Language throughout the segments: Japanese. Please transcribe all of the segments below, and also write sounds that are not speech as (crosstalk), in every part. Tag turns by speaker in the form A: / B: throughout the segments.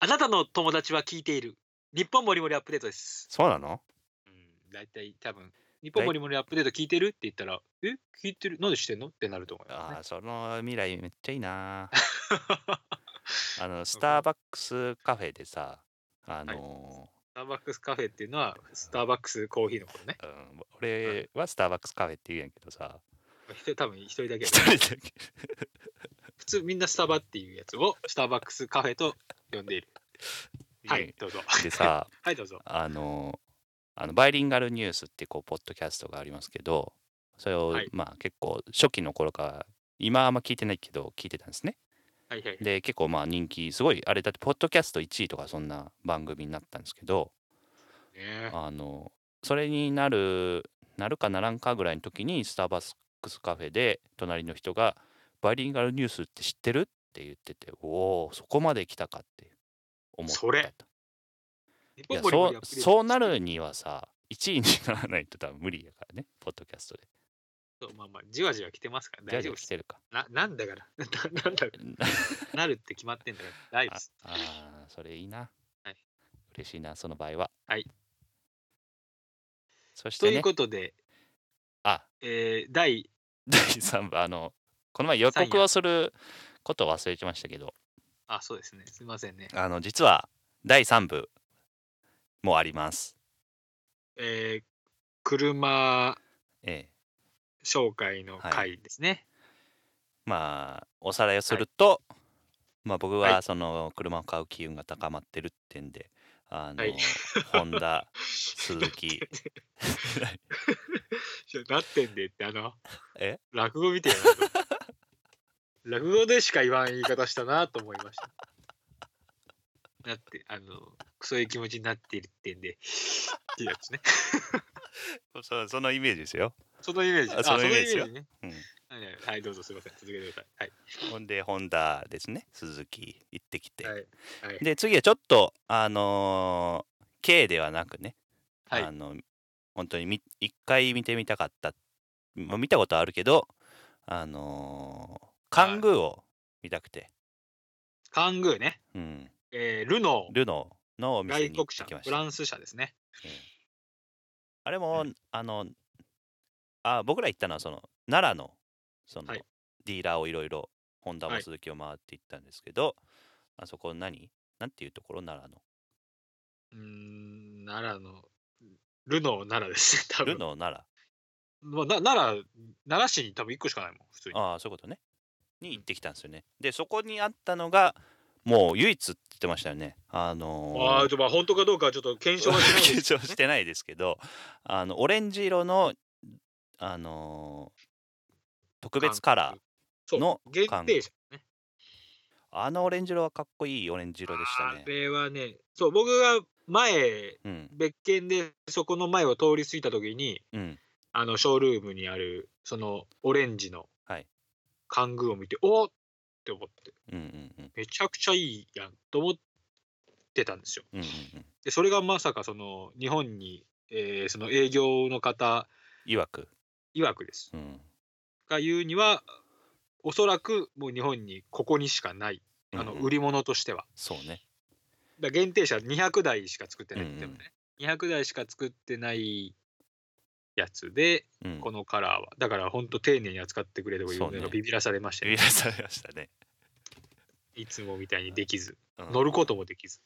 A: あなたの友達は聞いている。日本もりもりアップデートです。
B: そうなの
A: うん、大体多分、日本もりもりアップデート聞いてるって言ったら、え聞いてるなんでしてんのってなると思います、
B: あ
A: ね。
B: あ、その未来めっちゃい
A: (laughs)
B: いな。あの、スターバックスカフェでさ、あの
A: スターバックスカフェっていうのは、スターバックスコーヒーのことね。
B: ー、うん、俺はスターバックスカフェって言うんやけどさ、
A: 一人多分一人だけ (laughs)
B: 一。人だけ。
A: 普通みんなスタバっていうやつを、スターバックスカフェと呼んでいる。はい、どうぞ。
B: でさ、
A: (laughs) はい、どうぞ。
B: あのあのバイリンガルニュースってこうポッドキャストがありますけどそれを、
A: はい
B: まあ結構初期の頃から今あんま聞いてないけど聞いてたんですね
A: はいはい。
B: で結構まあ人気すごいあれだってポッドキャスト1位とかそんな番組になったんですけど
A: ね
B: あのそれになるなるかならんかぐらいの時にスターバックスカフェで隣の人が「バイリンガルニュースって知ってる?」って言ってておおそこまで来たかって思った
A: それ日
B: い
A: 本
B: や
A: もりも
B: そ
A: りアッ
B: う
A: プデート
B: そうなるにはさ1位にならないと多分無理やからねポッドキャストで
A: そうまあまあ、じわじわ来てますから
B: じゃあ
A: 大
B: じ
A: 丈
B: ゃ
A: 夫で
B: あ来
A: す。
B: て
A: (laughs)
B: るか
A: ななんだから、ななんだなるって決まってんだから、大丈夫
B: あ
A: です。
B: あーそれいいな、
A: はい
B: 嬉しいなその場合は
A: はい
B: そし
A: と
B: て
A: い
B: ね
A: うことで、
B: あ
A: えー第
B: 第3部あのこの前予告をすることを忘れてましたけど
A: あそうですねすいませんね
B: あの実は第3部もあります
A: えー車
B: ええ
A: 紹介の
B: はい
A: 回ですね、
B: まあおさらいをすると、まあ僕
A: は
B: はいその車を買う機運が高まってるってんで、あの、
A: はい
B: ホン
A: (laughs)
B: ダ、鈴木、
A: ちょなってんでってあの
B: え
A: 落語みたいな (laughs) 落語でしか言わん言い方したなと思いましただってあのそういう気持ちになっているってんでっていうやつね
B: そそのイメージですよ。
A: そのイメージ
B: あそのイメージ
A: そ
B: よ
A: のね、
B: うん
A: はいはいはいどうぞすいません続けてくださいはい
B: ほんでホンダですね、鈴木行ってきて、
A: はいはい
B: で次はちょっとあのー K ではなくね、
A: はい
B: あの本当にみ一回見てみたかった、まあ見たことあるけど、あのーカングーを見たくて、
A: カングーね、
B: うん、
A: えールノ
B: ルノーのお
A: ー
B: 店
A: 外
B: に行
A: 国
B: って
A: 車
B: きまし
A: フ
B: た
A: ラ。ンス車ですね
B: あれも、あのあ僕ら行ったのはその奈良のその、
A: はい
B: ディーラーをいろいろホンダ
A: は
B: も
A: い
B: 鈴木を回って行ったんですけど、あそこ何なんていうところ奈良の
A: うーん奈良のルノー奈良ですね多分
B: ルノー奈
A: まあ、な奈良奈良市に多分1個しかないもん普通に
B: 良ああそういうことねに行ってきたんですよね、でそこにあったのがもう唯一って言ってましたよねあのー
A: ああ、ちょっとまあ本当かどうかはちょっと検証はしないです
B: (laughs) 緊張してないですけどあのオレンジ色のあのー特別カラー
A: そう
B: の
A: 限
B: 韓
A: 定車ね
B: あのオレンジ色はかっこいいオレンジ色でした
A: あ
B: ね
A: れはねそう僕が前
B: うん
A: 別件でそこの前を通り過ぎた時に
B: うん
A: あのショールームにあるそのオレンジの
B: はい
A: 関宮を見て、おっって思って
B: うんうんうん
A: めちゃくちゃいいやんと思ってたんですよ
B: うんうんうん
A: でそれがまさかその日本に、えーその営業の方
B: いわく、
A: 曰くです
B: うん
A: が言うにはおそらくもう日本にここにしかないあの
B: うんうん
A: 売り物としては、
B: そうね
A: だから限定車200台しか作ってないって言ってもね、200台しか作ってないやつで
B: うん
A: このカラーはだからほんと丁寧に扱ってくれとか言う
B: そう
A: の
B: ね
A: がビビらされました
B: ビビ
A: ね
B: らされましたね、
A: いつもみたいにできず
B: うん
A: 乗ることもできず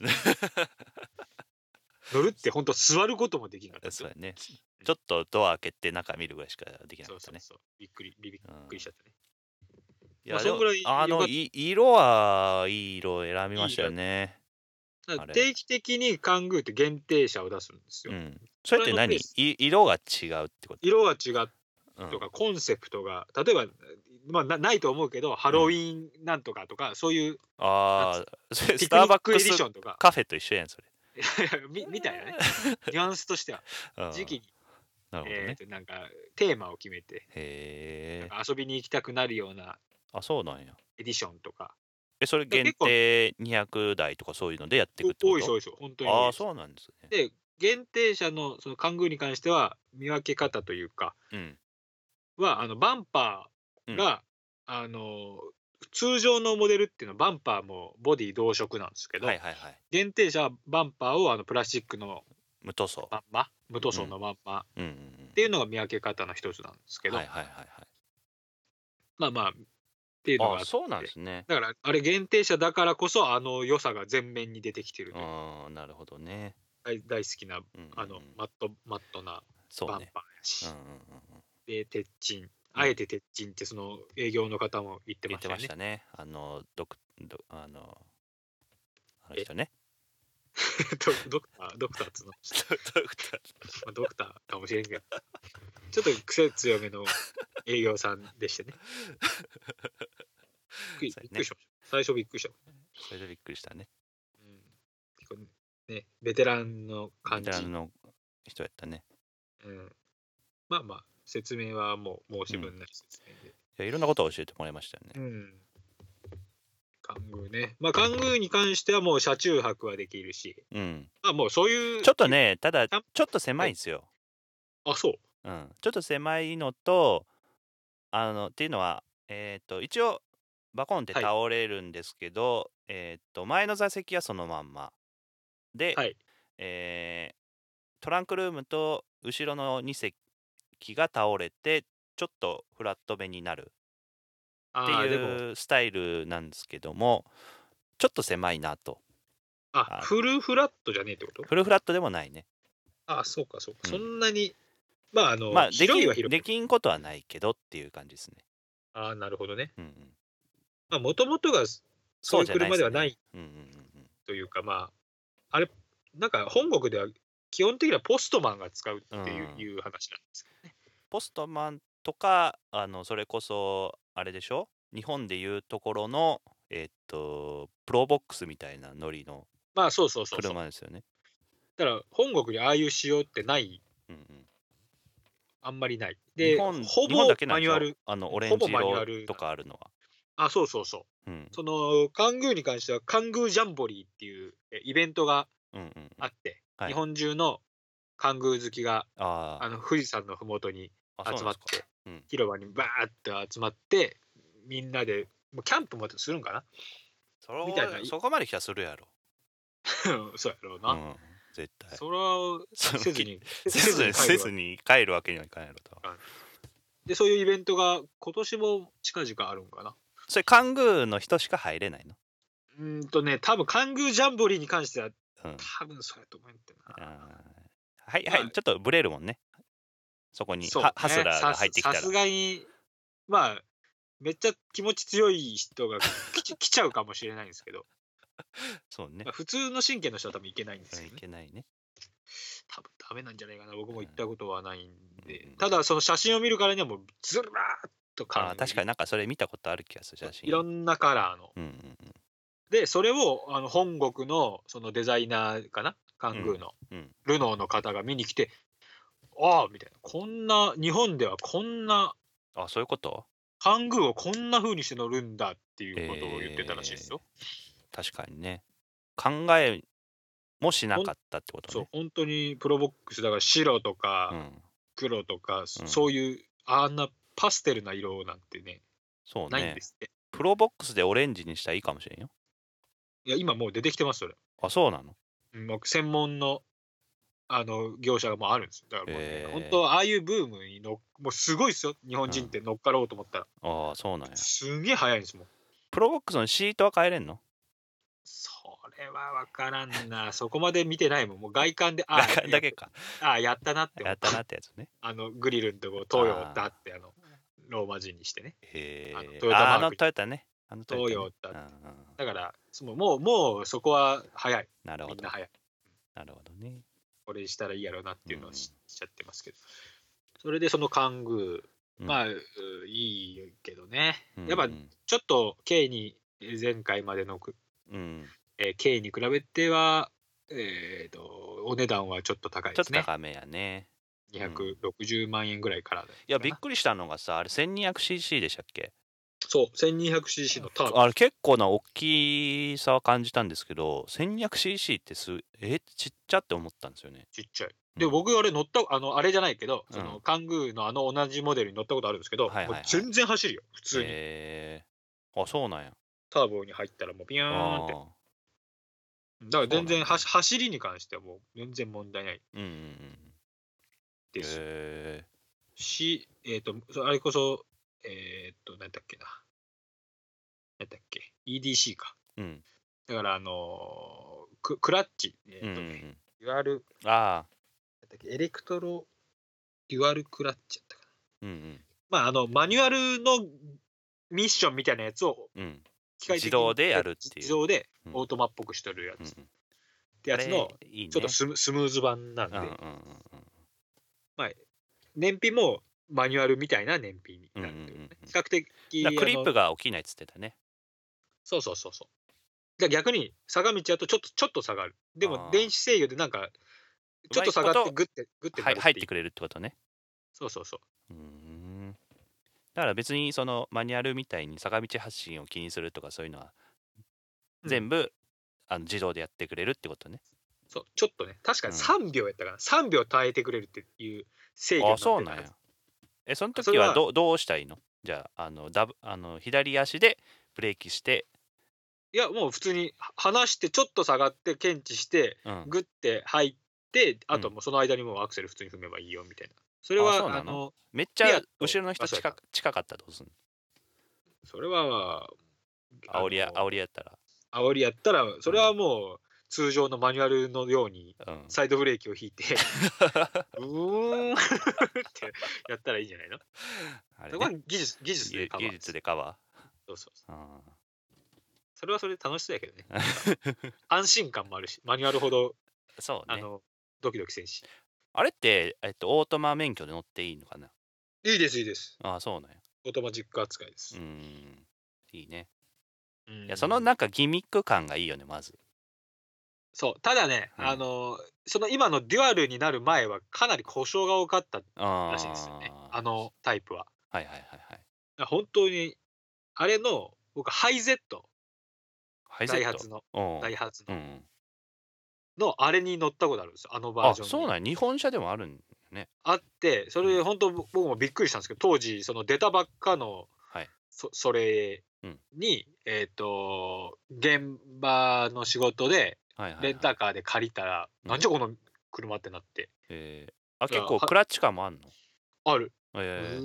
A: 乗るってほんと座ることもできなかったです
B: (laughs) そう
A: よ
B: やねちょっとドア開けて中見るぐらいしかできなか
A: そう
B: っ
A: そ
B: た
A: う
B: ね
A: そうびっくりびび
B: うん
A: っくりしちゃったね
B: いや
A: まあ
B: で
A: そ
B: も
A: んぐらい
B: あ
A: 良か
B: の
A: った
B: い色はいい色選びましたよね
A: だから
B: あれ
A: 定期的にカングーって限定車を出すんですよ、
B: うんそれって何
A: これのペー
B: い
A: ス
B: 色が違うってこと、
A: 色は違っ
B: うん
A: とかコンセプトが例えば、まあ、なないと思うけどハロウィンなんとかとか、そういう
B: ああそれ
A: ピ
B: ス
A: ク
B: タ
A: ニ
B: ーバ
A: ッ
B: ッ
A: クエ
B: ク
A: ディシ
B: ス
A: ョンとか (laughs)
B: カフェと一緒やんそれ、
A: みみたいな
B: (laughs)
A: ねニュアンスとしては
B: うん
A: 時期に、
B: なるほど
A: え
B: ね
A: ー、となんかテーマを決めてなん
B: へえ
A: か遊びに行きたくなるような
B: あそうなんや
A: エディションとか
B: えそれ限
A: 結構
B: 定200台とかそういうのでやっていくって
A: お
B: こ
A: 多いです
B: と
A: 多いです本当に
B: あ
A: 多い
B: あ
A: です
B: そうなんですね
A: で限定車のそのカングーに関しては見分け方というか
B: うん
A: はあのバンパーが、あの通常のモデルっていうのはバンパーもボディ同色なんですけど、
B: はいはいはい
A: 限定車はバンパーをあのプラスチックの
B: 無塗装
A: まんま無塗装のまんまっ
B: うんうんうん
A: ていうのが見分け方の一つなんですけど、
B: はいはいはいは
A: まあまあっていうのが
B: い
A: あ
B: あ
A: って
B: そうなんですね
A: だからあれ限定車だからこそあの良さが全面に出てきてるという
B: うんなるほどね、
A: 大大好きな
B: うんうんうん
A: あのマットマットな
B: そ
A: バ
B: う
A: ンパー
B: ね
A: やし、
B: うんうんうんうん
A: で鉄鎮あえて鉄鎮ってその営業の方も言って
B: 言
A: ま
B: っ
A: した
B: て
A: よ
B: ま
A: ね
B: したねあのどくどあのあれ人ね
A: (laughs) ドクター (laughs) ドクターっつうの
B: ドクター
A: まあドクターかもしれんけど、ちょっと癖強めの営業さんでしてね。びっくりびっくりしました。最初びっくりした。
B: それでびっくりしたね
A: うん、結構ね、ベテランの感じ
B: ベテ。ランの人やったね
A: うん、まあまあ、説明はもう申し分ない説明で。
B: いやいろんなことを教えてもらいましたよね
A: うん。関宮ね。まあ、関宮に関してはもう車中泊はできるし、
B: うん
A: まあもうそういう。
B: ちょっと。ねただ
A: キャン
B: ちょっと狭いんですよ、
A: あ、そう。
B: うん、ちょっと狭いのとあのっていうのは、えー、と一応バコンって
A: はい
B: 倒れるんですけど、えー、と前の座席はそのまんまで、
A: はい
B: えートランクルームと後ろの2席が倒れてちょっとフラット目になるっ
A: あ
B: て
A: あ、でも、
B: いうスタイルなんですけどもちょっと狭いなと
A: あ、フルフラットじゃねえってこと
B: フルフラットでもないね
A: あ、そうか、そうか。
B: うん
A: そんなに、まあ、あの、
B: まあで
A: 広いは
B: きん
A: 広い
B: で。きんことはないけどっていう感じですね、
A: ああ、なるほどね。
B: うんうん、
A: まあ、もともとがそういう
B: じゃ
A: 車ではない
B: すねうんうんうんうん
A: というか、まあ、あれ、なんか本国では基本的にはポストマンが使うっていう,、
B: うん
A: いう話なんですけどね。
B: ポストマンとかあのそれこそあれでしょ日本でいうところのえっとプロボックスみたいなノリの
A: まあ、そうそうそうそう。
B: 車ですよね。
A: だから、本国にああいう仕様ってない、
B: うんうん
A: あんまりない。
B: 日
A: で、
B: 本
A: ほ
B: 日本
A: ぼ
B: だけな
A: マ
B: んで
A: ニュ
B: しょ
A: アル。
B: あのオレン
A: ほぼ
B: ジ
A: マニュアル
B: 色とかあるのは。
A: あ、そうそうそう。
B: うん
A: その、カングーに関しては、カングージャンボリーっていうえイベントが
B: うんうんうん、
A: あって、
B: はい
A: 日本中のカングー好きが、
B: あー
A: あの富士山のふもとに
B: あそう
A: 集
B: な
A: ま
B: ん
A: っ
B: ですか
A: て、
B: うん
A: 広場にバーって集まってみんなでもうキャンプもするんか
B: それ
A: みたいな
B: そこまで気がするやろ。
A: なそうやろう
B: う
A: な、
B: ん、絶対。
A: それは
B: その
A: せずに
B: (laughs) せずにせず
A: に
B: に帰るわけにはいかないやろと。
A: でそういうイベントが今年も近々あるんかな
B: それカングーの人しか入れないの。
A: うーんとね多分カングージャンボリーに関しては
B: うん、
A: 多分そうやと思うんだよな
B: あーはいはい、
A: まあ
B: ちょっとブレるもんね。そこに
A: そうね
B: ハハスラーが入ってきた
A: さ
B: ら
A: すさ。すがにまあめっちゃ気持ち強い人が来ち来ちゃうかもしれないんですけど、
B: そうね
A: まあ。普通の神経の人は多分いけないんですよ
B: い
A: ね
B: けないね。
A: 多分ダメなんじゃないかな僕も行ったことはないんで、
B: うん
A: ただその写真を見るからにはもうずらーっと
B: あ
A: 感
B: ー確かになんかそれ見たことある気がする写真。
A: いろんなカラーの
B: うんうん
A: でそれをあの本国のそのデザイナーかなカングーの、
B: うんうん
A: ルノーの方が見に来てああみたいなこんな日本ではこんな
B: うん。あそういうこと
A: カングーをこんな風にして乗るんだっていうことを言ってたらしいですよ、
B: 確かにね。考えもしなかったってこと
A: そう
B: ね。
A: 本当にプロボックスだから白とか、
B: うん。
A: 黒とか、
B: うん
A: そういうあんなパステルな色なんてね
B: そう
A: ないん
B: ね
A: で。すって
B: プロボックスでオレンジにしたらいいかもしれんよ。
A: いや今もう出てきてますそれ
B: あそうなの
A: もう専門のあの業者がもうあるんですだからもうね、
B: へー
A: 本当はああいうブームにのもうすごいですよ日本人って乗っかろうと思ったら、
B: ああそうなんや。
A: すげえ早いんですもん
B: プロボックスのシートは変えれんの
A: それは分からん
B: (laughs)
A: なそこまで見てないもんもう外観でああ
B: だからだけか。
A: ああやったなって
B: やったなってやつね。
A: あのグリルのとこ東洋だってあのローマ字にしてね
B: へ
A: あのト
B: え。
A: ヨタマーク
B: ああのトヨタね。あのトヨタ、ね。
A: トヨタ
B: うんうん
A: だからそのもうもうそこは早い
B: なる
A: み
B: ほ
A: ん
B: ど
A: な。早い
B: なるほどね。
A: これしたらいいやろうなっていうのはし
B: う
A: しちゃってますけど、それでその勘ぐ
B: うん
A: まあ、ういいけどね
B: うん
A: やっぱ
B: うん
A: ちょっと K にえー前回までのく、
B: うん、
A: えー K に比べては、えー、とお値段はちょっと高い
B: ち
A: で
B: ょっと
A: すね。
B: 高めやね。
A: 260万円ぐらいからだったかない
B: や、びっくりしたのがさ、あれ 1200cc でしたっけ
A: そう 1200cc のターボ
B: あれ結構な大きさは感じたんですけど、1200cc ってす、え、ちっちゃって思ったんですよね。
A: ちっちゃい
B: うん
A: で僕あれ乗ったあのあれじゃないけど、
B: うん
A: そのカングーのあの同じモデルに乗ったことあるんですけど、
B: はいはいは
A: も
B: い
A: う全然走るよ普通に、
B: えあそうなんや
A: ターボに入ったらもうビヨーン
B: あ
A: って。だ
B: ー
A: から全
B: そう
A: 然
B: なんだ
A: はし走りに関してはもう全然問題ない
B: うんうんうん
A: で
B: へ
A: す
B: え
A: し、えっ、と、そあれこそ、えっ、と、なんだっけな。なんだっけ。EDC か。
B: うん
A: だから、あのーク、クラッチ、えっ、
B: うんう
A: と
B: んう
A: ね、
B: ん
A: デュアル、
B: ああ
A: なんだっけ、エレクトロ、デュアルクラッチだったか
B: うんうん
A: な。まあ、あの、マニュアルのミッションみたいなやつを
B: うん
A: 機械的に
B: 自動でやるっていう
A: 自動で
B: うん
A: オートマっぽくしとるや
B: うん
A: つ。っ
B: うん
A: てやつの、
B: あれいいね
A: ちょっとスムスムーズ版なん
B: う
A: で、
B: んうんうんうん
A: 燃費もマニュアルみたいな燃費になるっていうね
B: うんうんうんうん
A: 比較的
B: だからクリ
A: あ
B: ッ
A: の
B: プが起きないっつってたね。
A: そうそうそうそう。だから逆に坂道だとちょっとちょっと下がる。で
B: あ
A: も
B: ー
A: 電子制御でなんかちょっと下が
B: う
A: っ
B: まい
A: て
B: こ
A: グッてグッてな
B: は
A: る
B: い入って
A: いう
B: くれるってことね。
A: そうそうそう
B: ーん。だから別にそのマニュアルみたいに坂道発進を気にするとかそういうのは
A: うん
B: 全部、あの自動でやってくれるってことね。
A: うそう。ちょっとね確かに
B: うん
A: 3秒やったから、3秒耐えてくれるっていう制御にな
B: あ
A: ってた
B: そう
A: はず
B: なんや。えその
A: そ
B: 時
A: れは
B: はどどうしたらいいのじゃああのダブあの左足でブレーキして、
A: いやもう普通に離してちょっと下がって検知して
B: うん、
A: グッて入ってあと
B: うん
A: もうその間にもうアクセル普通に踏めばいいよみたいな。それ
B: あ
A: は
B: そう
A: あ
B: なの
A: の
B: めっち
A: リ
B: ゃ
A: アと
B: 後ろの人
A: あそう
B: 近
A: や
B: く近かったらどうすんの
A: それは
B: 煽りや
A: あの
B: 煽りやったら。
A: 煽りやったらそれはもう通常のマニュアルのように
B: うん、
A: サイドブレーキを引い
B: (laughs)
A: て、うーんってやったらいいんじゃ
B: (laughs)
A: ないの
B: あれ
A: そこは
B: ね
A: 技術技術で
B: 技
A: カバー
B: 技術でカバ
A: そうそうそう
B: ー。うん
A: それはそれで楽しそうやけどね。
B: (laughs)
A: 安心感もあるし、マニュアルほど
B: そう
A: あ
B: ね。
A: のドキドキせんし。
B: あれって、えっと、オートマ免許で乗っていいのかない
A: いです、いいです。
B: ああ、そうなんや。
A: オートマジック扱いです
B: うー。ん。いいね。
A: うん
B: いや、そのなんかギミック感がいいよね、まず。
A: そう、ただね、
B: うん
A: あの、その今のデュアルになる前はかなり故障が多かった
B: ああ。
A: らしいですよね。あのタイプは。
B: はいはいはいはい。
A: 本当に、あれの、僕、ハイゼット、
B: ハイゼ
A: ダイ
B: ッ
A: ハ
B: ト
A: ツ。の、
B: うん
A: ダイハツ
B: う
A: の、
B: ん。
A: のあれに乗ったことあるんですよ、あのバー
B: あ、
A: ジョンに。
B: そうなんや。日本車でもあるん。
A: あってそれ
B: う
A: で
B: ん
A: 本当ぼ僕もびっくりしたんですけど当時その出たばっかの
B: はい
A: そそれ
B: うん
A: に、えっ、と現場の仕事で
B: はいはい、はい。
A: レンタカーで借りたら、
B: うん
A: なんじゃこの車ってなって
B: えーあ、
A: いや
B: 結構
A: は
B: クラッチ感もあんの
A: ある、う
B: えー、
A: ー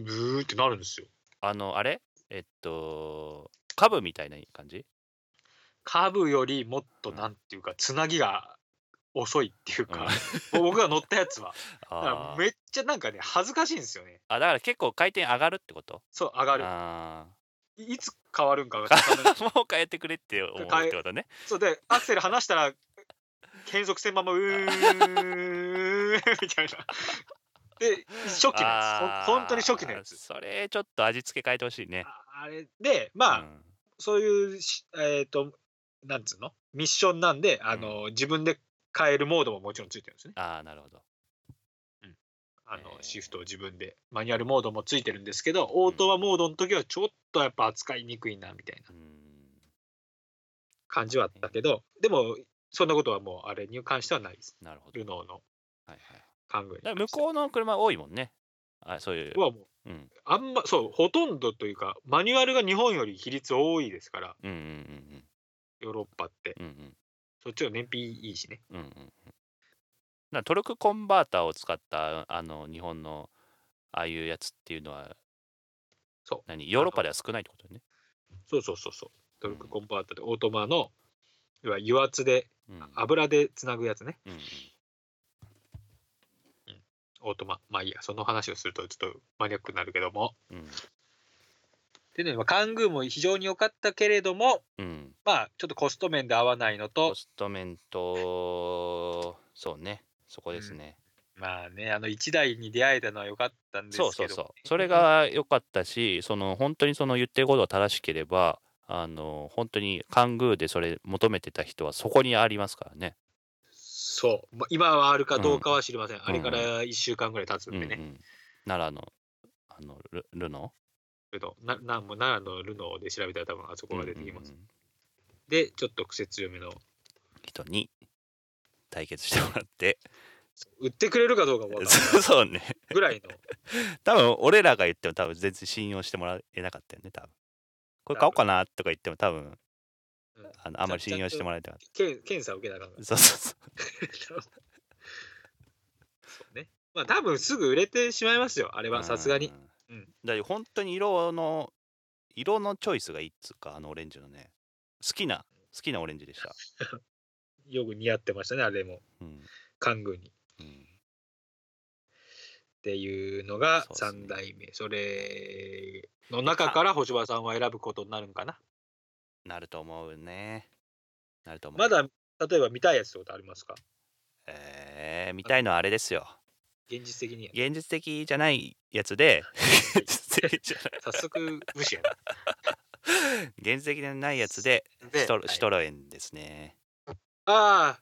A: んブーってなるんですよ
B: あの、あれえっと、カブみたいな感じ
A: カブよりもっとなんていうかつなぎが遅いっていうか、僕が乗ったやつはだから
B: あー
A: めっちゃなんかね恥ずかしいんですよね
B: あ、だから結構回転上がるってこと
A: そう上がる
B: あ
A: いいつ変わるんかがちょっとわかんない
B: (laughs) あ。もう変えてくれって思うってことね。
A: そうでアクセル離したら継続線ままうーんみたいな。で初期のや
B: あ
A: つ
B: ー
A: ほん本当に初期のやつ。
B: それちょっと味付け変えてほしいね。
A: ああれでまあ、
B: うん
A: そういうしえっ、となんつうのミッションなんであの、自分で変えるモードももちろんついてるんですね。
B: ああ、なるほど。
A: あの
B: えー
A: シフトを自分でマニュアルモードもついてるんですけどオートマモードの時はちょっとやっぱ扱いにくいなみたいな
B: うーん
A: 感じはあったけどでもそんなことはもうあれに関してはないです。
B: なるほど。
A: ルノーの
B: はいはい、
A: 考えに関して
B: だか
A: は
B: ら向こうの車多いもんね。あそういう。
A: はもう
B: うん
A: あんまそうほとんどというかマニュアルが日本より比率多いですから
B: うんうんうん
A: ヨーロッパって
B: うんうんうん
A: そっちの燃費いいしね
B: うんうんうん。だからトルクコンバーターを使ったあの日本のああいうやつっていうのは
A: そう
B: 何ヨーロッパでは少ないってことね。
A: そうそうそうそうトルクコンバーターでオートマの要は油圧で
B: うんうん
A: 油でつなぐやつね
B: うん
A: オートマまあいいやその話をするとちょっとマニアックになるけども
B: うん
A: でねまあカングーも非常に良かったけれども
B: うん、
A: まあちょっとコスト面で合わないの
B: コ
A: と
B: ストメントそうねそこですね、
A: まあねあの1台に出会えたのは良かったんですけ
B: そ
A: ど
B: うそうそうそれが良かったしその本当にその言ってることが正しければあの本当にカングーでそれ求めてた人はそこにありますからね。
A: そう、まあ、今はあるかどうかは知りません、あれから1週間ぐらい経つん
B: うん
A: で
B: う
A: ね、
B: ん、奈良のあのルルノ
A: ルノーななもう奈良のルノーで調べたら多分あそこが出てきます。
B: うんうんうん
A: で、ちょっと癖強めの、
B: 人に対決してもらって
A: 売ってくれるかどうかもわからない
B: (laughs) そうそうね (laughs)
A: ぐらいの。
B: 多分俺らが言っても多分全然信用してもらえなかったよね多分これ買おうかなとか言っても多分
A: うん
B: あのあんまり信用してもらえてなかっ
A: 検検査受けなあかんか
B: た
A: ら。
B: そうそうそう
A: (laughs) そうね。まあ多分すぐ売れてしまいますよ、あれはさすがに。
B: う
A: うん
B: んだって本当に色の色のチョイスがいいっつうかあのオレンジのね好きな好きなオレンジでした、
A: よく似合ってましたね、あれも。
B: うん
A: 官軍に。っ
B: うん
A: ていうのが
B: そうっすね
A: 3代目。そ,、れの中から星葉さんは選ぶことになるんかな。
B: なると思うねなると思う
A: まだ例えば見たいやつってことありますか
B: えー、見たいのはあれですよ
A: 現実的にや。
B: 現実的じゃないや
A: (laughs)
B: つで現実的じゃない
A: 早速無視やな。
B: 現実的じゃないやつで (laughs) シトロシトロエンですね、
A: ああ、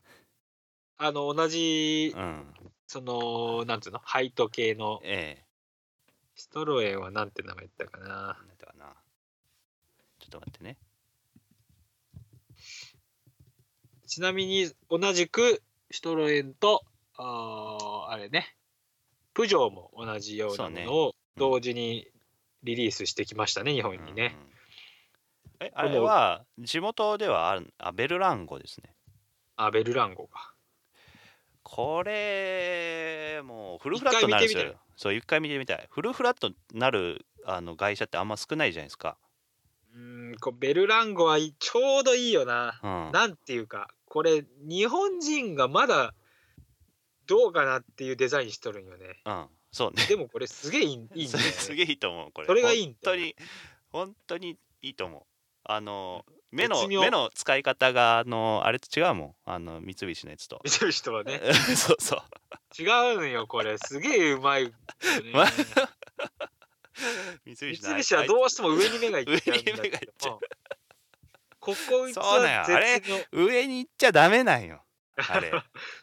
A: あの、同じ、
B: うん
A: その、なんつうの、ハイト系の、
B: え
A: シトロエンはなんて名前言ったか
B: え
A: な。
B: なんだかなちょっと待ってね
A: ちなみに、同じく、シトロエンと、あーあれね、プジョーも同じよう
B: そ
A: な
B: う
A: も
B: ね
A: のを同時にリリースしてきましたね、日本にね。
B: うんうんえあれは地元ではあるあベルランゴですね
A: アベルランゴが。
B: これもうフルフラットになるんで
A: 一
B: す
A: 回見てみ
B: よそう一回見てみたいフルフラットになるあの会社ってあんま少ないじゃないですか、
A: うーん、こうベルランゴはいいちょうどいいよな。
B: うん、
A: なんていうかこれ日本人がまだどうかなっていうデザインしとるんよね
B: うん、そうね
A: でもこれすげえいいんいいん
B: (laughs) そ
A: だ
B: れ
A: よ、ね、
B: すげえいいと思うこれ
A: それがいいんだ
B: 本当
A: よね
B: に本当にいいと思うあの目
A: 絶
B: の
A: 妙
B: 目の使い方があのあれと違うもんあの三菱のやつと、
A: 見てる人はね
B: (laughs) そうそう
A: 違うんよこれすげえうまい、
B: (laughs)
A: ね、
B: ま
A: 三
B: 三菱のあれ
A: 菱はどうしても上に目がいっちゃうんだ
B: 上に目がい
A: け
B: っちゃ
A: どここいつ
B: そうなんよ
A: は
B: あれ
A: 絶妙
B: 上に行っちゃダメなんよあれ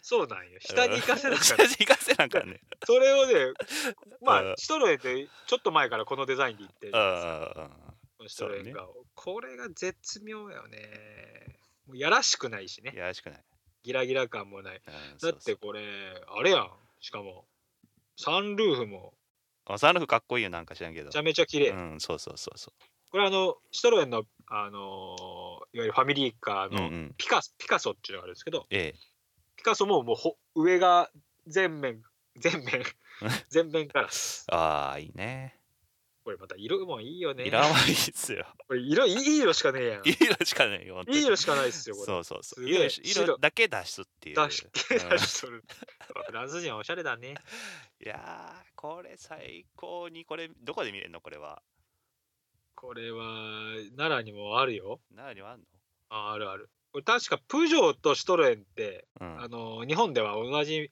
A: そうなんよ (laughs) 下に行かせなか
B: 下
A: ら
B: に行かせなあかんね
A: それをね (laughs) ま
B: う
A: あ
B: ん
A: シトロエンってちょっと前からこのデザインで言ってる
B: うん
A: じ
B: ん
A: ゃ
B: う
A: ない
B: ん
A: ですか
B: うん
A: このシトロエン顔、これが絶妙よねもうやらしくないしね
B: うんいやらしくない、
A: ギラギラ感もない。
B: うん
A: だ
B: そう
A: っ
B: そ
A: て
B: う
A: これ、あれやん。しかも、サンルーフも
B: あサンルーフかっこいいよなんか知らんけど
A: めちゃめちゃ綺麗。
B: うんそうそうそうそ
A: これあの、シトロエンの、あのーいわゆるファミリーカー
B: ううんう
A: の
B: ん
A: ピカ,、ピカソっていうのがあるんですけど、
B: え
A: ピカソももうほ上が全面、全面、全面から。
B: えああいいね
A: これまた色もいいよね。
B: いらんわいいっすよ
A: これ色、いい色しかねえやん。い
B: いい色しかないよ本当に
A: い色しかないですよ、これ。
B: そうそうそ
A: す
B: う
A: げえ
B: 色し色
A: 白
B: だけ出すっていう
A: 出し切ら
B: うん
A: しとる。フランス人はおしゃれだね。
B: いやーこれ最高にこれどこで見れるのこれは
A: これは、奈良にもあるよ。
B: 奈良にはあんの
A: ああるある。これ確かプジョーとシトロエンって、
B: うん
A: あの日本では同じ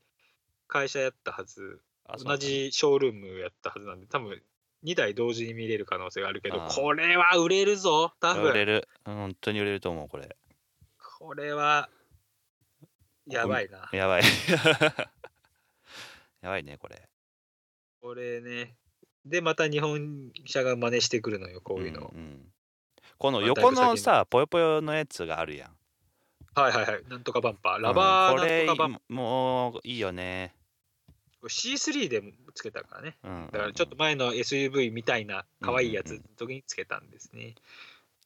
A: 会社やったはず
B: あそうな
A: 同
B: んだ
A: じショールームやったはずなんで多分2台同時に見れる可能性があるけど
B: あー
A: これは売れるぞ多
B: 売れ
A: 分
B: るうん本当に売れると思うこれ
A: これはやばいな
B: やばい (laughs) やばいねこれ
A: これねでまた日本車が真似してくるのよこういうのを、
B: んんこの横
A: まあだい
B: の
A: ぶ先
B: さぽよぽよのやつがあるやん
A: はいはいはいなんとかバンパーラバ
B: うんこ
A: ー
B: れ
A: なんとかバンパー、
B: もういいよね
A: これ C3 でもつけたからね
B: うんうん
A: だからちょっと前の SUV みたいな可愛いやつの時につけたんですね。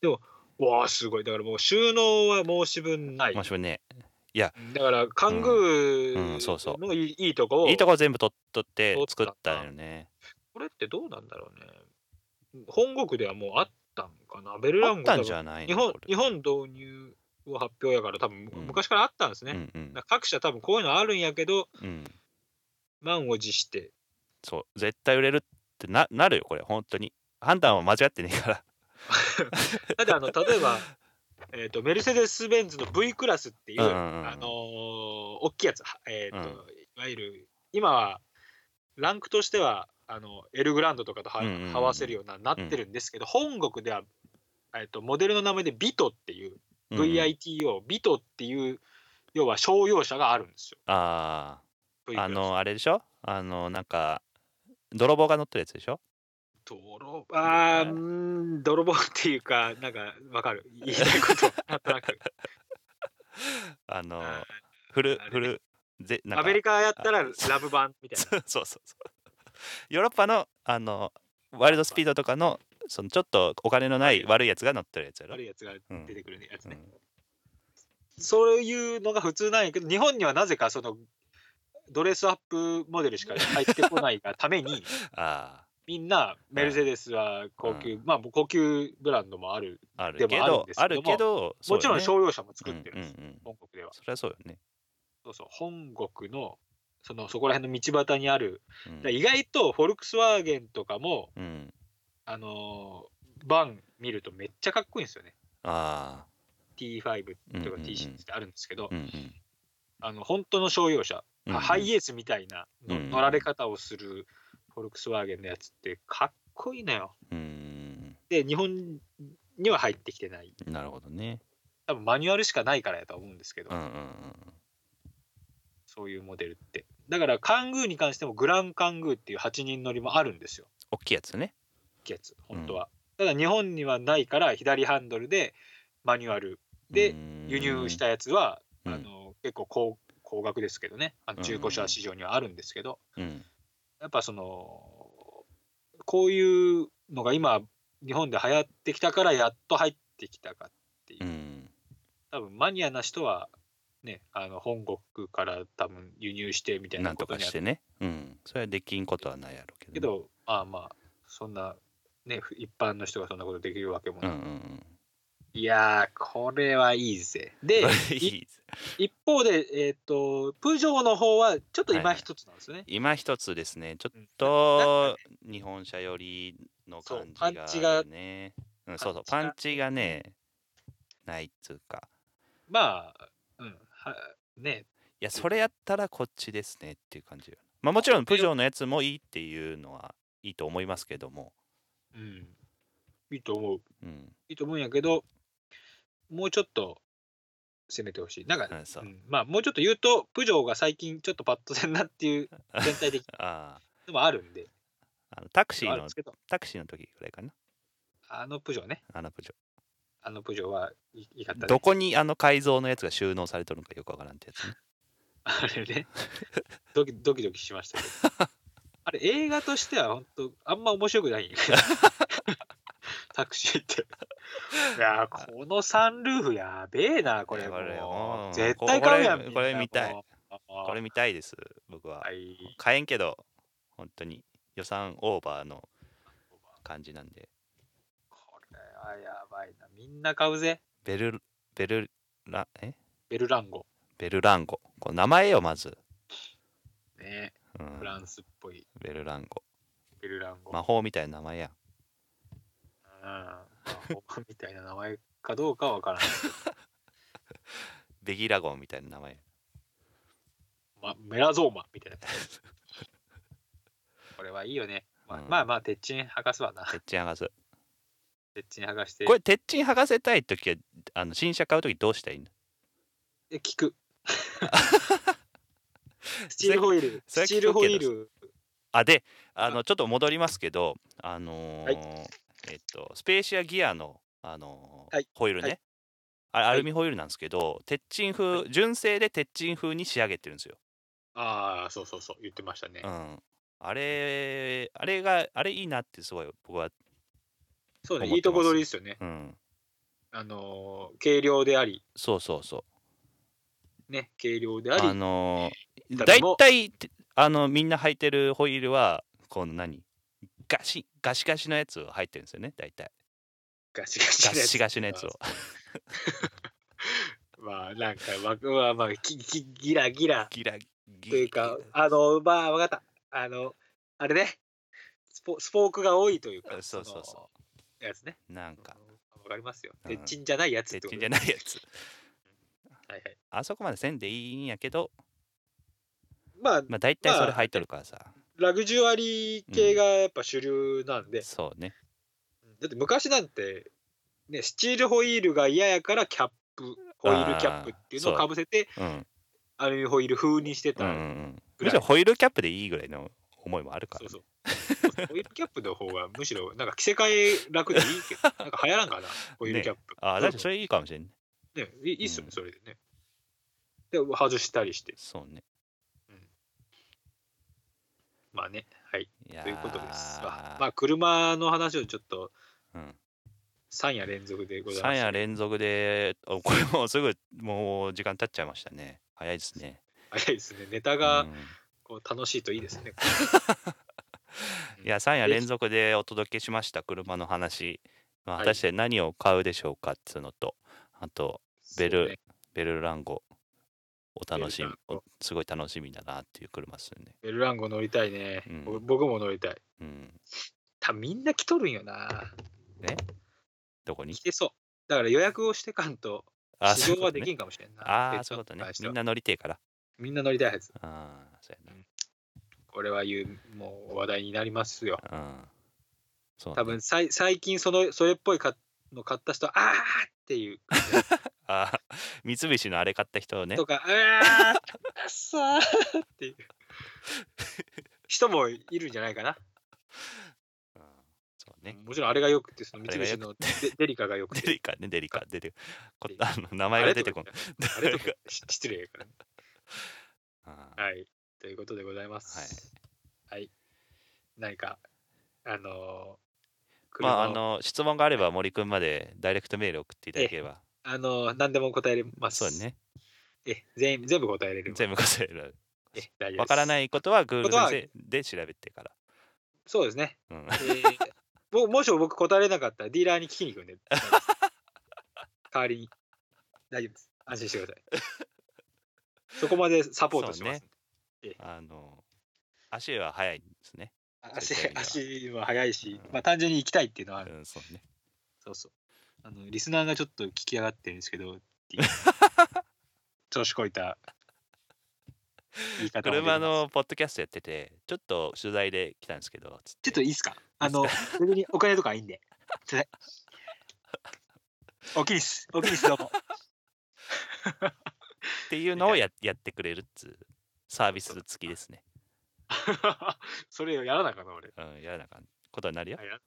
A: でも、わあ、すごい。だからもう収納は申し分ない。
B: 面白いね
A: だから、カング
B: うんうんそうそ
A: ー
B: う
A: のいいいいとこを、
B: いいとこ全部取っとって
A: 取っ
B: 作
A: た
B: ったよね
A: これってどうなんだろうね。本国ではもうあったんかな。ベルラ
B: あ
A: ン
B: っ
A: ゴ
B: たん
A: 多
B: じ
A: 分
B: ゃない
A: 日
B: の
A: 本
B: こ
A: 日
B: れ
A: 本導入を発表やから、多分
B: うん
A: 昔からあったんですね。
B: うんうん
A: なんか各社多分こういうのあるんやけど、
B: うん
A: 満を持して。
B: そう絶対売れるってななるよこれ本当に判断は間違ってねえから
A: だってあの、
B: (laughs)
A: 例えば、えーとメルセデス・ベンツの V クラスっていう、
B: うんうんうん
A: あのー大きいやつ、はえーと
B: うん
A: いわゆる今はランクとしてはあのエルグランドとかとは、
B: うんうんうん
A: はわせるようななってるんですけど、本国では、えー、とモデルの名前でビトって (laughs) いう、
B: うんうん
A: VITO ビトっていう要は商用車があるんですよ。
B: あ
A: V ク
B: あ
A: ラ
B: あ
A: ス
B: のあれでしょあのなんか泥棒が乗ってるやつでしょ
A: 泥あーうーん泥棒っていうかなんかわかる言いたいこと (laughs) なんとなく
B: あの
A: あ
B: フル
A: あれ
B: フルぜなん
A: ア
B: か
A: メリカやったら
B: あ
A: ラ
B: (laughs)
A: ブ版みたいな
B: そうそうそうそうヨーロッパのあのワイルドスピードとかのそのちょっとお金のない悪いやつが乗ってるやつやろ
A: 悪いやつが出てくるねやつ
B: う
A: ね、
B: ん
A: そういうのが普通なんやけど日本にはなぜかそのドレスアップモデルしか入ってこないがため (laughs) に
B: あ
A: みんなメルセデスは高級、まあ高級ブランドもある
B: ああるけ
A: でもあるん
B: ど
A: ですけども
B: あるけど
A: もちろん
B: そう
A: 商用車も作
B: よ
A: っ
B: ね
A: てるんです、
B: うんうんうん
A: 本国では
B: それはそうよね、
A: そうそう本国のそのそこら辺の道端にある
B: うん
A: だから意外とフォルクスワーゲンとかも
B: うん、
A: あのーバン見るとめっちゃかっこいいんですよね
B: あ
A: T5
B: あ
A: とか T6 ってあるんですけど、
B: うんうん
A: あの本当の商用車、
B: うんうん
A: ハイエースみたいなの
B: うんうん
A: 乗られ方をするフォルクスワーゲンのやつってかっこいいのよ。
B: うん
A: で日本には入ってきてない
B: なるほどね
A: 多分マニュアルしかないからやとは思うんですけど、
B: うんうん
A: そういうモデルってだからカングーに関してもグランカングーっていう8人乗りもあるんですよ
B: 大きいやつね
A: やつ本当は、ただ日本にはないから左ハンドルでマニュアルで輸入したたやつは、
B: うん
A: あの結構高高額ですけどねあの中古車市場にはあるんですけど、
B: うん
A: やっぱそのこういうのが今日本で流行ってきたからやっと入ってきたかっていうう、
B: ん
A: 多分マニアな人はねあの本国から多分輸入してみたい
B: な
A: なんことと
B: か
A: には
B: してねうんそれはできんことはないやろうけどね
A: けどまあまあそんなね一般の人がそんなことできるわけも
B: う
A: なんい、
B: うんうん
A: いやーこれはいいぜで
B: (laughs) い
A: い
B: い
A: 一方でえっ、とプージョーの方はちょっと今一つなんですよね、
B: 今一つですねちょ
A: うん
B: っと日本車寄りの感じがあるね
A: そうパン
B: うん、そうそう
A: パンチ
B: パ
A: が
B: ンチがねないっつうか
A: まあうんはね
B: いやそれやったらこっちですねっていう感じよまあもちろんプジョーのやつもいいっていうのはいいと思いますけども
A: うんいいと思う
B: うん
A: いいと思うんやけど、もうちょっと攻めてほしい。なんか、
B: うんそううん
A: まあ、もうちょっと言うと、プジョーが最近ちょっとパッとせんなって
B: (laughs)
A: いう全体的
B: あ
A: のもあるんで、
B: ああのタクシ
A: あ
B: ー
A: るん
B: の
A: ですけど、
B: タクシーの時ぐらいかな
A: あのプジョーね、
B: あのプジョー
A: あのプジョーはいいかった
B: ど
A: ね。
B: こにあの改造のやつが収納されとるのかよくわからんってやつね
A: あれ
B: (laughs)
A: ね、ドキドキドキしましたけど。あれ、映画としては本当、あんま面白く
B: (laughs)
A: ないんやけどタクシーって。いやー、このサンルーフやべえな、これ。
B: これ
A: も
B: うん
A: う絶対買うやん。
B: これ
A: みんな
B: これ見たい
A: もう。
B: これ見たいです僕は
A: はい。
B: 買えんけど本当に予算オーバーの感じなんで
A: これはやばいな。みんな買うぜ。
B: ベルベルラえ
A: ベルランゴ。
B: ベルランゴこの名前よまず、
A: ね、
B: うん
A: フランスっぽい
B: ベルランゴ
A: ベルランゴ。
B: 魔法みたいな名前や
A: うん。まあ、他みたいな名前かどうかはわからない。
B: ベギラゴンみたいな名前
A: まあ、メラゾーマみたいな。 (laughs) これはいいよね。まあ、
B: うん
A: まあまあ、鉄鎮剥がすわな。
B: てっちん剥がす
A: 鉄鎮剥がして。
B: これてっちん剥がせたい時はあの新車買う時どうしたらいいの
A: え、聞
B: (laughs)
A: く。スチールホイール。
B: それ
A: スチ
B: は聞く
A: ールホ
B: けど
A: イール。
B: あであ
A: あ
B: のちょっと戻りますけどあの
A: は
B: ー
A: い
B: えっとスペーシアギアの、あのー
A: はい
B: ホイールね、
A: はい
B: あれ
A: はい
B: アルミホイールなんですけど鉄鎮風、純正で鉄鎮風に仕上げてるんですよ、
A: ああ、そうそうそう。言ってましたね。
B: うん、あれあれがあれいいなってすごい僕は、
A: そうね。
B: 思
A: いい
B: ってます
A: とこ取りですよね。
B: うん、
A: あのー軽量であり、
B: そうそうそう
A: ね。軽量であり。
B: あのー、だ
A: 誰
B: い
A: も
B: たいあのみんな履いてるホイールはこの何ガシガシガシのやつを履いてるんですよね大体
A: ガシガシ
B: ガシガシのやつを。
A: まあなんかわまあまあききギラギラ
B: ギラギラ
A: というかあのまあわかったあのあれねスポスポークが多いというか
B: うんそうそうそう
A: うやつね
B: なんか
A: わかりますよ
B: うん
A: 鉄鎮じゃないやつっ
B: 鉄
A: てこと
B: 鎮
A: ね
B: じゃないやつ (laughs)
A: はいはい
B: あそこまでせんでいいんやけど、
A: まあ
B: まあ、大体それ入っとるからさ、
A: ラグジュアリー系がやっぱ主流なんで、
B: そうね
A: だって昔なんてねスチールホイールが嫌やからキャップホイールキャップっていうのを
B: あーそ
A: か
B: う
A: ぶせて
B: うん
A: アルミホイール風にして
B: う
A: た、
B: んうんうん
A: ぐらい
B: むしろホイールキャップでいいぐらいの思いもあるか
A: そ
B: ら
A: う
B: ね、
A: そう。ホイールキャップの方がむしろなんか着せ替え楽でいいけ
B: (laughs)
A: ど、なんか流行らんかな、ホイールキャップ。
B: ああ確かにそれいいかもしれんね
A: ね、いいいっすよね
B: う、ん
A: それでね。で、外したりして。
B: そうね
A: まあね、はい、
B: いやー
A: ということですわ。まあ、車の話をちょっと
B: うん、
A: 3夜連続でございます
B: 3夜連続であこれもうすぐもう時間経っちゃいましたね早いですね、
A: 早いですねネタ
B: う
A: が
B: ん
A: こう楽しいといいですね、
B: いや3夜連続でお届けしました車の話、まあ、
A: はい
B: 果たして何を買うでしょうかっつうのとあと
A: そう
B: ベ
A: ね
B: ル、ベルランゴお楽し
A: ベル
B: み
A: ランゴ
B: おすごい楽しみだなっていう車ですよね、
A: ベルランゴ乗りたいね、
B: うん
A: 僕僕も乗りたい
B: うん、
A: 多分みんな来とるんよな
B: どこに
A: 来てそうだから予約をしてかんと
B: そうい
A: 試乗
B: うこ
A: は
B: とね
A: できんかもしれんな
B: あ
A: ペッ
B: あ
A: ト
B: そういうことね
A: に関して
B: み
A: は
B: んな乗りてえから
A: みんな乗りたいはず
B: ああそうや
A: これは言うもう話題になりますよ
B: なうんそうね
A: 多分さい最近そのそれっぽいかの買った人あーっていう感じだ
B: ああ (laughs) 三菱のあれ買った人をね
A: とか、うわー、くっそーっていう人もいるんじゃないかな。
B: うんそうね
A: もちろんあれがよくて、その
B: あ
A: 三
B: れが
A: 菱
B: よ
A: のデデリカがよく
B: デ
A: て。
B: リカねデリカデリカこ
A: デリ
B: あの名前が出てこない
A: ない。あれとかし失礼やからね。
B: ああ
A: はい。ということでございます。
B: はい
A: 何か、あのー、
B: まあ
A: 車
B: あ
A: を
B: の質問があれば森くんまでダイレクトメール送っていただければ
A: あのー何でも答えれます。
B: そうね
A: ええ全全部答えれる。
B: 全部答える
A: ええ大丈夫
B: わから
A: い。
B: ないことは Google
A: ことは
B: 先生で調べてから
A: そうですね。
B: うん
A: えー、も (laughs) もしも僕答えれなかったらディーラーに聞きに行くん
B: (laughs)
A: で。代わりに。大丈夫です。安心してください。そこまでサポートします。
B: あの足は速いんですね
A: 足
B: そういった意味
A: 足も速いし
B: うん、
A: まあ、単純に行きたいっていうのはあ
B: う
A: る。
B: んそうね
A: そうそうあの。リスナーがちょっと聞き上がってるんですけど、
B: (laughs)
A: っていう調子こいた言い方を
B: 車のポッドキャストやっててちょっと取材で来たんですけどつ
A: ちょっといいっすかあの、別にお金とかいいんで。すい
B: (laughs)
A: ませんおきりっす。おきりっす、どうも。
B: っていうのをややってくれるっつうサービス付きですね。
A: (laughs) それをやらなかった俺。
B: うん、やらなあかんことになるよ
A: あ。や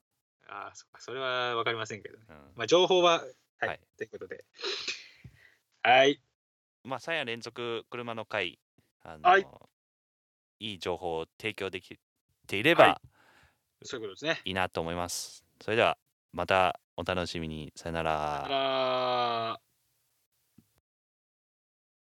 A: あー、そっか、それはわかりませんけどね。
B: うん、
A: まあ、情報は、はい、
B: はい
A: ということで。はい、
B: まあ、3夜連続車の会、あの
A: はい
B: いい情報を提供できていれば
A: はそういうことですね。
B: いいなと思います。それでは、またお楽しみに。さよなら
A: あらー